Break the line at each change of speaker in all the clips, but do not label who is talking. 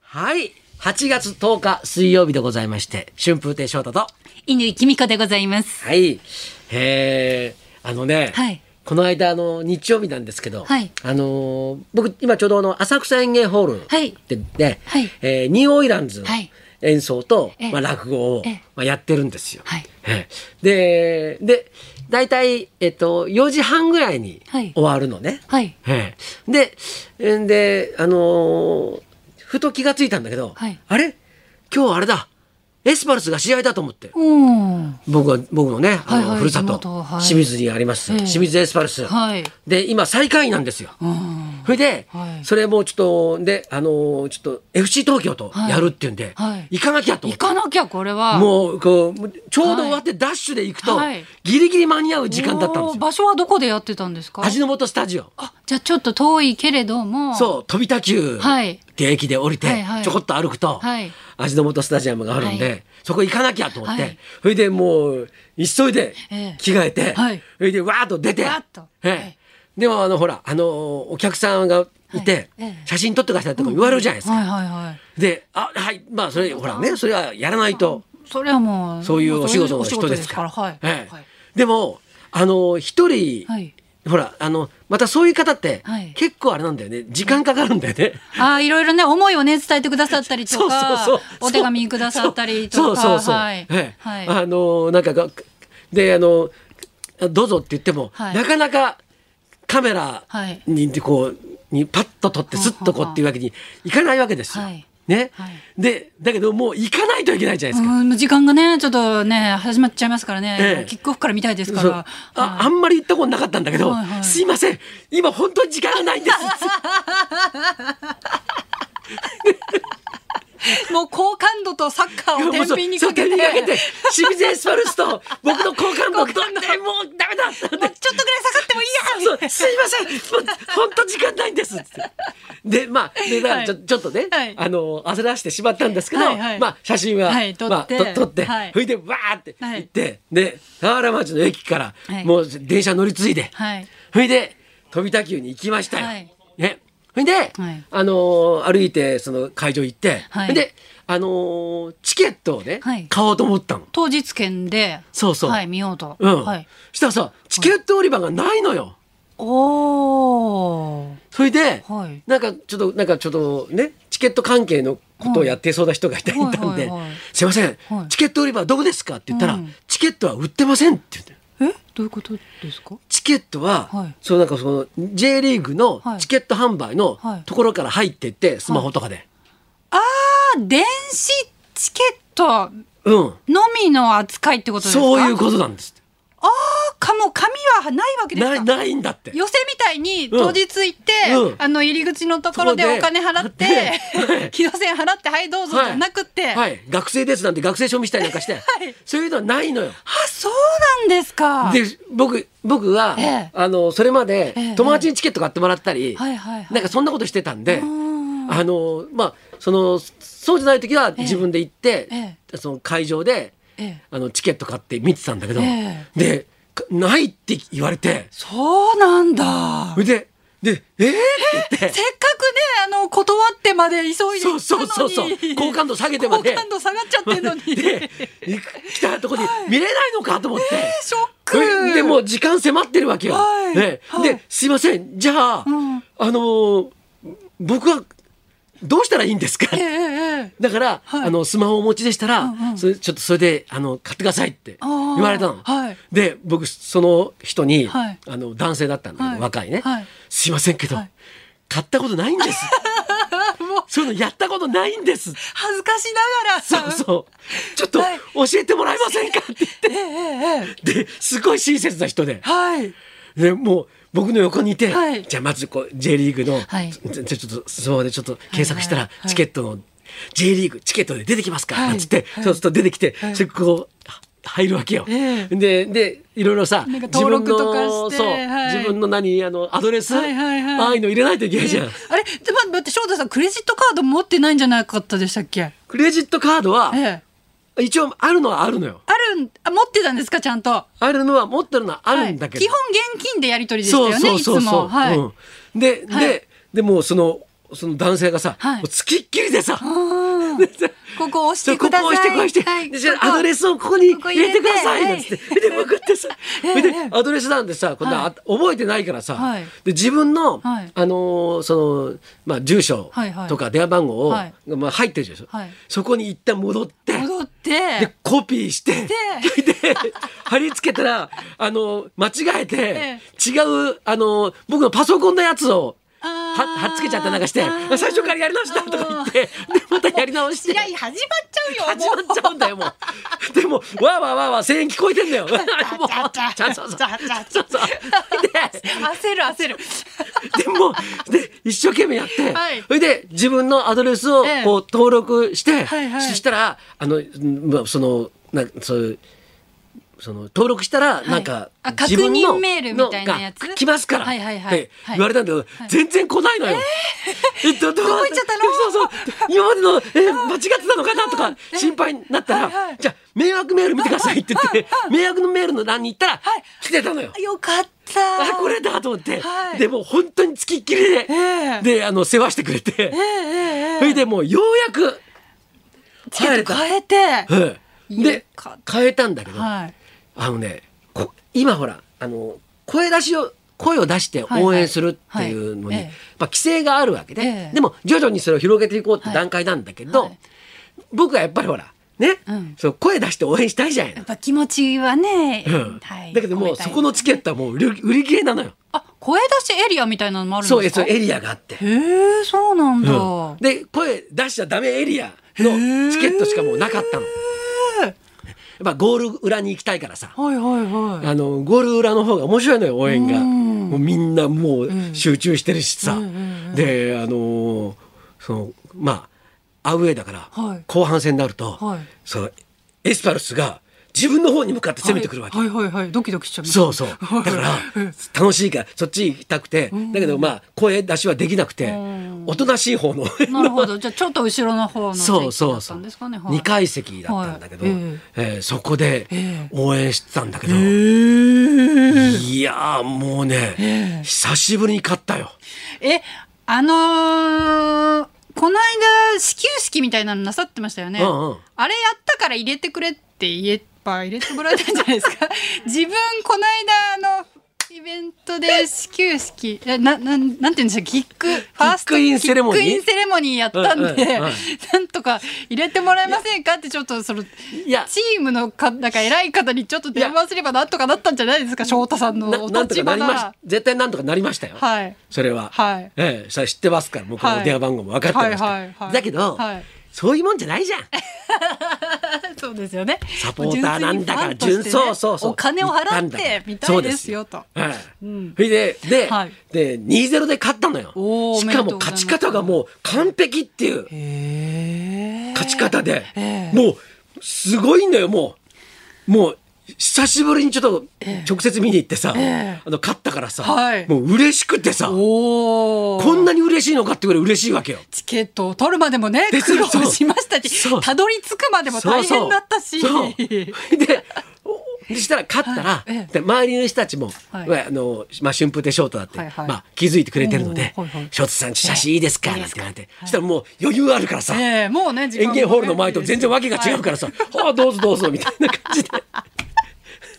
はい。8月10日水曜日でございまして、春風亭昇太と。
犬井美子でございます。
はい。えー、あのね、
はい
この間、あの、日曜日なんですけど、
はい
あのー僕、今ちょうどあの、浅草演芸ホール
はい
で、ね
はい
えーニューオイランズの
はい
演奏と、
ええ
まあ、落語を
ええ、
まあ、やってるんですよ。
はい
ええで、で、大体、えっと、4時半ぐらいに
はい
終わるのね。
はい。
ええ、でえんであのーふと気がついたんだけど、
はい
あれ今日あれだエスパルスが試合だと思って
うん。
僕は僕のね、あの
はいはい
ふるさ
地
と、
元はい
清水にあります、
ええ
清水エスパルス、
はい。
で今最下位なんですよ。
うん。
それで、
はい
それもうちょっとであのーちょっと FC 東京とやるっていうんで、
はいはい
行かなきゃと思
行
って。
かなきゃこれは。う
もうこうちょうど終わってダッシュで行くと、
はい
ギリギリ間に合う時間だったんですよ。
場所はどこでやってたんですか。
味の素スタジオ。
あ、じゃあちょっと遠いけれども。
そう飛び田急
はい
って駅で降りて
はいはい
ちょこっと歩くと
はい
味の素スタジアムがあるん
は
でそこ行かなきゃと思っ
は
て
い
それでもう急いで
ええ
着替えて
はい
それでわーっと出て
わーっと
ええ
はい
でもあのほらあのお客さんがいて
はいええ
写真撮ってくださいとか言われるじゃないです
は
か
いはいはい。
であはいまあそれほらねそれはやらないと
それはもう。
そういうお仕事
も
の
うそう
人
いうお仕事
ですから
はい。
ええ
はい
でもあの一人
はい
ほらあのまたそういう方って
はい
結構あれなんだよね時間かかるんだよね。
あーいろいろね思いをね伝えてくださったりと
そうそう
か
そう
お手紙くださったりとか
そうそうそうそう
はい、
ええ
はい、
あのなんかがであのどうぞって言っても、
はい
なかなかカメラ
はい
にこうにパッと撮ってスッとこうっていうわけにいかないわけですよ。
はい
ね、
はい
でだけどもう行かないといけないじゃないですか。
うん時間がねちょっとね始まっちゃいますからね、
ええ
キックオフから見たいですか
そう
ら
ああんまり行ったことなかったんだけど、
はいはい
すいません今本当に時間がないんです
もう好感度とサッカーを天秤に
そう
かけて
そう天秤にかけて清水エスパルス と僕の好感度どんでもうダメだって
もうちょっとぐらい下がってもいい や
そうすいません、 もう本当時間ないんです。つってで、まあ、で、だからちょ、
はい
ちょっとね、
はい
あの、焦らしてしまったんですけど、
はいはい
まあ、写真は、
はい撮って
まあ、と撮って、
はい
それで、わーって
はい
行って、で、田原町の駅から、
はい
もう電車乗り継いで、
はい
それで、飛び田急に行きましたよ。
はい
ね。それで、
はい
あのー歩いて、その会場行って、
はい
それで、あのーチケットをね、
はい
買おうと思ったの。
当日券で
そうそう
はい見ようと、
うん。
はい
したらさ、チケット売り場がないのよ。
おー
それで、
はい
なんかちょっとなんかちょっとねチケット関係のことをやってそうな人がいた,、
はい
い、たんで、
はいはいはい
すいません、
はい
チケット売り場どこですか?」って言ったら、
うん
チケットは売ってません」って言って
えどういうことですか
チケットは、
はい
そうなんかその J リーグの
はい
チケット販売の
はい
ところから入ってって、スマホとかで、
あー電子チケット
うん
のみの扱いってことですか
そういうことなんです
あーかも紙はないわけです
な
か
いないんだって。
寄せみたいに当日行って、
うん
あの入り口のところで
そこで
お金払って
で
寄せ払ってはいどうぞじゃなくって、
はい、学生ですなんて学生証見したりなんかして、
はい
そういうのはないのよ。
あそうなんですか
で僕僕は、
ええ
あのそれまで
ええ
友達にチケット買ってもらったり、
はいはいはい
なんかそんなことしてたんで、
うん
あのまあそのそうじゃない時は
ええ
自分で行って、
え
その会場で
ええ
あのチケット買って見てたんだけど、
え
でかないって言われて
そうなんだ
それででえー、って言って
せっかくねあの断ってまで急いで行ったの
そうそ
に
うそうそう好感度下げてまで
好感度下がっちゃってんのに
で行く来たとこに見れないのかと思って。
ショック
えでもう時間迫ってるわけよ。
はい
ね
はい
ですいませんじゃあ、
うん
あのー僕はどうしたらいいんですか
ええええ
だから、
はい
あのスマホをお持ちでしたら、
うんうん
それちょっとそれであの買ってくださいって
あー
言われたの。
はい
で僕その人に、
はい
あの男性だったんだけど、
はい
若いね、
はい
すいませんけど、
はい
買ったことないんです
もう
そういうのやったことないんです
恥ずかしながら
そうそ うちょっと
はい
教えてもらえませんかって
ええええええ
言ってですごい親切な人で。
はい
でもう僕の横にいて、
はい
じゃあまずこう J リーグの、
はい
ちょちょちょっとスマホでちょっと検索したら、
はいはいはい
チケットの J リーグチケットで出てきますか、
はい
なんつって、
はい
そうすると出てきて、
はい
それこうは入るわけよ。
ええ
ででいろいろさ
なんか登録とか
の
して
そう、
はい
自分の何あのアドレス、
はいはいはい
ああいうの入れないといけないじゃん。
あれ、でま待って、翔太さん、クレジットカード持ってないんじゃなかったでしたっけ。
クレジットカードは、
ええ、
一応あるのはあるのよ。
あるん、あ、持ってたんですか、ちゃんと。
あるのは持ってるのはあるんだけど、
はい基本現金でやり取りでしたよね、いつも。はい。
うん、で、
はい
ででもうそのその男性がさ、
はい
もう付きっきりでさ、
うんここを 押し
ちょ
て
こ
くだ
こ
さい。
押してこうして、
はい
でじゃ
ここ
あアドレスをここに
ここ
入
入
れ
れて
てくださいなんつって、で送ってさ、
ええ
で
ええ
アドレスなんてさこんな、
はい
あ覚えてないからさ、
はい
で自分の、
はい
あのーそのまあ住所
はいはい
とか電話番号を、
はい
まあ入ってるでしょ、
はい
そこに一旦戻って。
戻っ
で
て。
コピーして で貼り付けたらあの間違えて、
え
違うあの僕のパソコンのやつを
あ
は
ー
貼っつけちゃったなんかして
あー
最初からやり直したとか言ってでまたやり直して
試合始まっちゃうよ。
始まっちゃうんだよもう でもわーわーわーわー声援聞こえてんだよもう
ちゃち ゃちゃ
そうそう
ちゃちゃち
そ
ゃ
うそうで
焦る 焦る。
でもで一生懸命やって、
はい
それで自分のアドレスを
ええ
こう登録して、
はいはい
そしたらあのうんまあそのなそういうその登録したら
い
なんか、
あ
自分の
確認メールみたいなやつ
のが来ますから、
はいはいはい
って言われたんだけど、
い
全然来ないのよ。えっとどう
どこ行っちゃったの
そうそう今までのえ間違ってたのかなとか心配になったら、
はいはい
じゃあ迷惑メール見てくださいって言って、迷惑のメールの欄に行ったら、
はい
来てたのよ。
よかった。
あこれだと思って、
はい
でもう本当につきっきりで、
ええ
であの世話してくれて、
ええええ
それでもうようやく
チケット変えて。
ええ
よ
で
かっ
変えたんだけど、
はい。
あのねこ今ほらあの声出しを声を出して
はい
応援するっていうのに、
はいええ
まあ、規制があるわけで、
ええ
でも徐々にそれを広げていこうって
はい
段階なんだけど、
はい
僕はやっぱりほらね、
うん
そう声出して応援したいじゃない
や
の
っ。ぱ気持ちはね。
うん
はい。
だけどもうそこのチケットはもう売り売り切れなのよ。
あ、声出しエリアみたいなのもあるん
そう
で
え
すか。
そうエリアがあって。
へえ、そうなんだ。
うんで声出しちゃダメエリアのチケットしかもうなかったの。やっぱゴール裏に行きたいからさ、
はいはいはい。
あのゴール裏の方が面白いのよ応援が、
うん
もうみんなもう集中してるしさ、
うんうんうんうん
であのーそのまあアウェーだから、
はい
後半戦になると、
はい
そのエスパルスが自分の方に向かって攻めてくるわけ。
はいはいはい。ドキドキしちゃいます。
そうそう。だ
はい
から
うん、
楽しいから、そっち行きたくて、だけどまあ、声出しはできなくて
うん、
おとなしい方の。
なるほど。じゃあちょっと後ろの方の
そう
席
そ
だ
う
った
そうん
ですかね。
二階席だったんだけど、
はい
えーそこで
ええ
応援してたんだけど、
え
いやーもうね、
ええ
久しぶりに勝ったよ。
え、あのーこの間始球式みたいなのなさってましたよね。
うんうん
あれやったから入れてくれって言えば入れてもらえたんじゃないです か。自分この間あのイベントで始球式えななんなんて言うんでしょうキックファースト
キックインセレモニー
キックインセレモニーやった
う
んで、
んうんうん
なんとか入れてもらえませんかってちょっとそのチ
いや
ームのかなんか偉い方にちょっと電話すればなんとかなったんじゃないですか翔太さんの
な
お
なんと
立
か
場
なりまし
が。
絶対なんとかなりましたよ。
はい。
それは。
はい
ええそれ知ってますから、僕の
はい
電話番号も分かってますから、
はいはいはい
だけど、
はい
そういうもんじゃ ないじゃん。
そうですよね。
サポーターなんだから純
純粋にフ
そ
ァンとしてね
うそうそう
お金を
行た
払
ん
っ
だから
てみたいですよと。
そうですよう
うん
んそれでで、
はい
で2ゼ0で勝ったのよ
おー
しか
おめ
も
でとうござ
勝
います
ち方がもう完璧っていう
へえ。
勝ち方で、
ええ
もうすごいんだよもうもう久しぶりにちょっと直接見に行ってさ、
ええ
あの勝ったからさ、
はい
もう嬉しくてさこ
おお。
んなに嬉しいのかってぐらい嬉しいわけよ。
チケットを取るまでもね
で
苦労
そう
しましたし、
そう
たどり着くまでも大変だったし。
そうそうそう でおでしたら勝ったら、
はいええ
で周りの人たちも、
はい
まああのまあ、春風亭昇太だって、
はいはい
まあ、気づいてくれてるので
おーはいはい
「昇太さん写真いいですか?」なんて言われて、そしたらもう余裕あるからさ、
ええもうね時間
園
も
芸ホールの前と全然訳が違うから
は
さ「はあどうぞどうぞ」みたいな感じ で。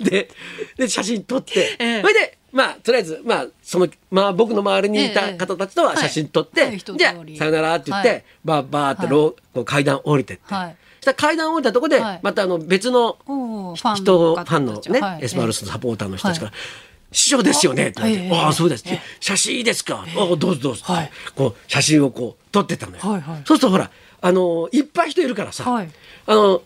でで写真撮って、
ええ
それでまあとりあえず、まあそのまあ、僕の周りにい
え
た
え
方たちとは写真撮って、
はいはい一通り
じゃあさよならって言って、
はい
バーバーって
はい
ろうこう階段降りてって、
はい
そしたら階段降りたとこで、
はい
またあの別の
いおーファン
人
の
をフ
方
ァンの
たち
ね、
はい
エスパルスのサポーターの人たちから「師匠ですよね」って言われて「
あはい
ああそうです」
ええ
写真いいですか、ああどうぞどうぞ」
はい
こう写真をこう撮ってたのよ、
はいはい
そうするとほらあのいっぱい人いるからさ、
はい
あの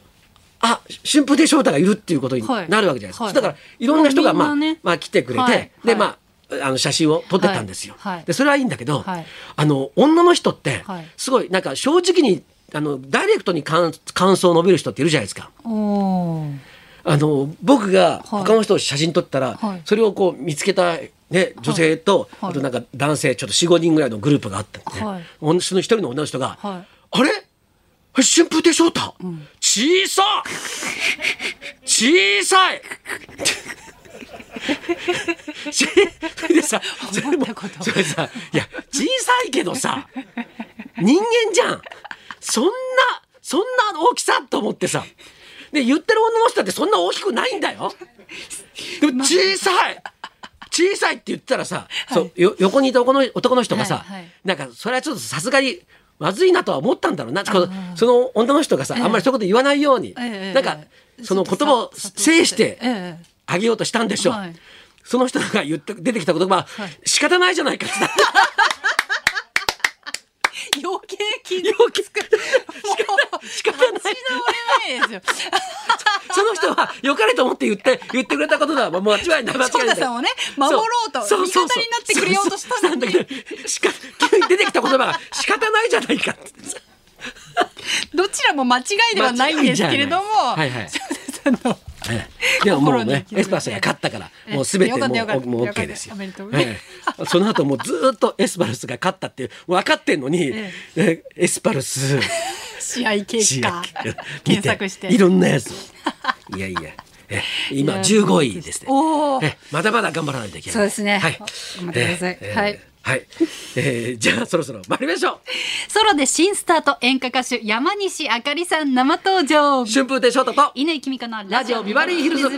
あ春風亭昇太がいるっていうことに
はい
なるわけじゃないですか、
はい
だからいろんな人が、
もうみ
まあ
んなね
まあ、来てくれて、
はい
で
はい
まああの写真を撮ってたんですよ、
はいはい
でそれはいいんだけど、
はい
あの女の人って
はい
すごいなんか正直にあのダイレクトに感感想を述べる人っているじゃないですか。
おおー。
あの僕が
はい
他の人を写真撮ったら、
はい
それをこう見つけた、ね、女性と、
はい
あとなんか男性ちょっと45人ぐらいのグループがあったんで、
はい
女その一人の女の人が「
は
あれ春風亭昇太、小さ小さい! し」それでさそれも
思ったこと
それさいや小さいけどさ人間じゃんそんなそんな大きさと思ってさで言ってる女の人だってそんな大きくないんだよでも小さい小さいって言ったらさ、そうよ横にいた男の男の人がさ、
はいはい
なんかそれはちょっとさすがにまずいなとは思ったんだろうな、こう
あ
その女の人がさ、
ええ
あんまりそういうこと言わないように、
ええ
なんかその言葉を
ちょっとさ
制し
え
て
え
あげようとしたんでしょう、
はい
その人が言って出てきた言葉は、
はい
仕方ないじゃないかって
余計気づ
余計
く。もう
仕方ない
立ち直れないですよ。
その人は良かれと思って言って言ってくれたことだ。まあもう間違いない間違い
翔
ない。
太さんをね守ろうと
そそ
味方になってくれようとしたのに
そうそうそうなんだけど、しか急に出てきた言葉が仕方ないじゃないかって。
どちらも間違いではないんですけれども、
間違いじゃないはいはい
翔太さんの
ええでももう
心に
ね
気づいて
エスパーさんが勝ったからもうすべても
よかったよかっ
う
た
もう
よかった
OK ですよ
おめでとう。ね
ええその後もうずーっとエスパルスが勝ったっていう分かってんのに
え
えエスパルス
試合結果
見
検索して
いろんなやつ。 いやいや。え今
いや
15位ですね。
おー
えまだまだ頑張らないといけない。
そうですね
はい。
お待ちください
ええ
はい
はい。えーじゃあそろそろ参りましょう。
ソロで新スタート演歌歌手山西あかりさん生登場
春風亭昇太と
犬井君香の
ラジオビバリーヒルズ。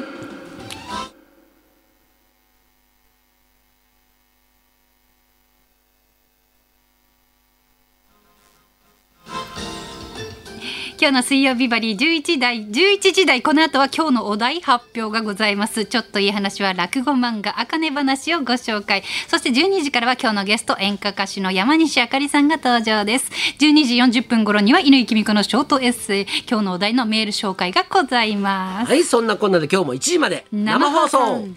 今日の水曜ビバリー11時台11時台この後は今日のお題発表がございますちょっといい話は落語漫画あかね話をご紹介そして12時からは今日のゲスト演歌歌手の山西あかりさんが登場です12時40分頃には乾きみこのショートエッセイ今日のお題のメール紹介がございます
はいそんなこんなで今日も1時まで生放送。